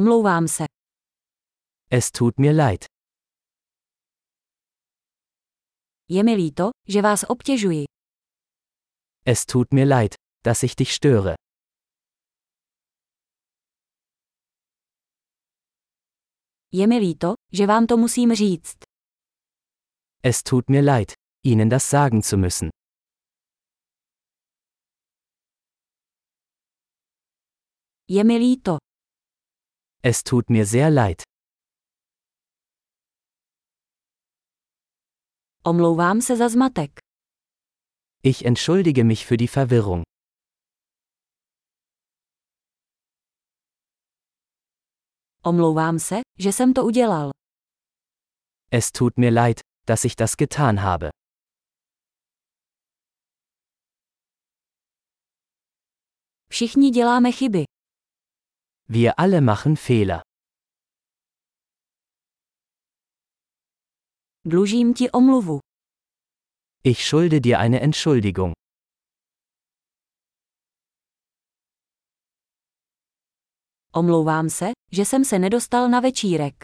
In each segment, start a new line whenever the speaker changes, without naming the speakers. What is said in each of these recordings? Omlouvám se.
Es tut mir leid.
Je mi líto, že vás obtěžuji.
Es tut mir leid, dass ich dich störe.
Je mi líto, že vám to musím říct.
Es tut mir leid, Ihnen das sagen zu müssen.
Je mi líto.
Es tut mir sehr leid.
Omlouvám se za zmatek.
Ich entschuldige mich für die Verwirrung.
Omlouvám se, že jsem to udělal.
Es tut mir leid, dass ich das getan habe.
Všichni děláme chyby.
Wir alle machen Fehler.
Dlužím ti omluvu.
Ich schulde dir eine Entschuldigung.
Omlouvám se, že jsem se nedostal na večírek.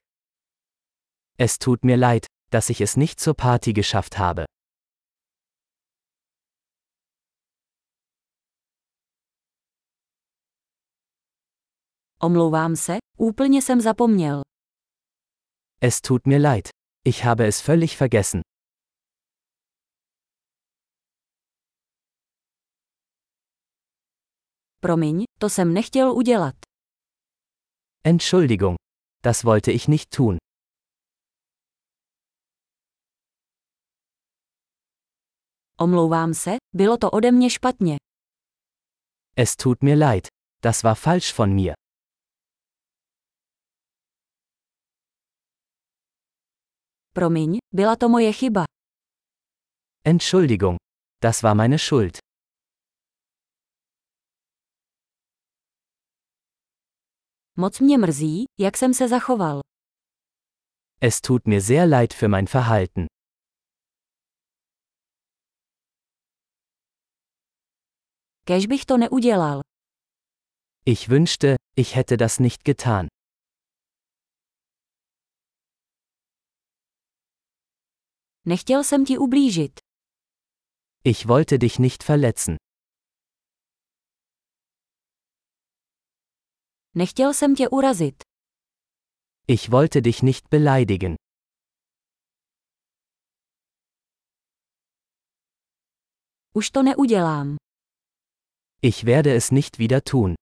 Es tut mir leid, dass ich es nicht zur Party geschafft habe.
Omlouvám se, úplně jsem zapomněl.
Es tut mir leid. Ich habe es völlig vergessen.
Promiň, to jsem nechtěl udělat.
Entschuldigung. Das wollte ich nicht tun.
Omlouvám se, bylo to ode mě špatně.
Es tut mir leid. Das war falsch von mir.
Promiň, byla to moje chyba.
Entschuldigung. Das war meine Schuld.
Moc mě mrzí, jak jsem se zachoval.
Es tut mir sehr leid für mein Verhalten.
Kež bych to neudělal.
Ich wünschte, ich hätte das nicht getan.
Nechtěl jsem ti ublížit.
Ich wollte dich nicht verletzen.
Nechtěl jsem tě urazit.
Ich wollte dich nicht beleidigen.
Už to neudělám.
Ich werde es nicht wieder tun.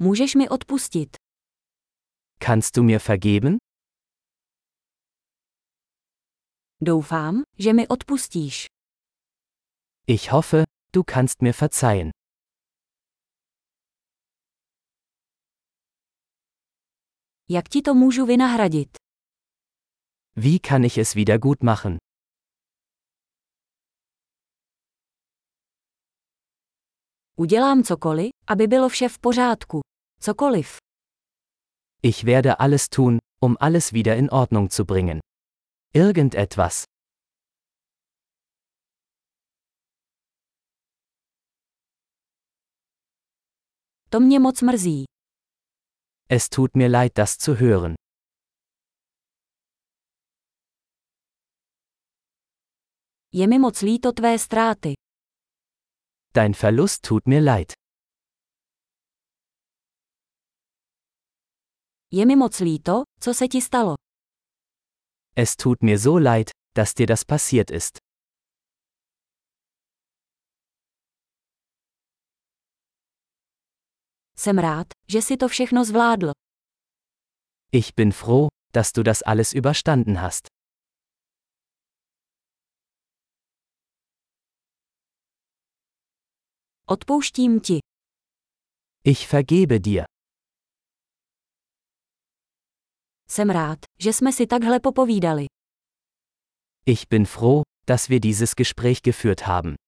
Můžeš mi odpustit.
Kannst du mir vergeben?
Doufám, že mi odpustíš.
Ich hoffe, du kannst mir verzeihen.
Jak ti to můžu vynahradit?
Wie kann ich es wieder gut machen?
Udělám cokoliv, aby bylo vše v pořádku. Cokoliv.
Ich werde alles tun, um alles wieder in Ordnung zu bringen. Irgendetwas.
To mě moc mrzí.
Es tut mir leid, das zu hören.
Je mi moc líto tvé ztráty.
Dein Verlust tut mir leid.
Je mi moc líto, co se ti stalo.
Es tut mir so leid, dass dir das passiert ist.
Jsem rád, že si to všechno zvládl.
Ich bin froh, dass du das alles überstanden hast.
Odpouštím ti.
Ich vergebe dir.
Jsem rád, že jsme si takhle popovídali.
Ich bin froh, dass wir dieses Gespräch geführt haben.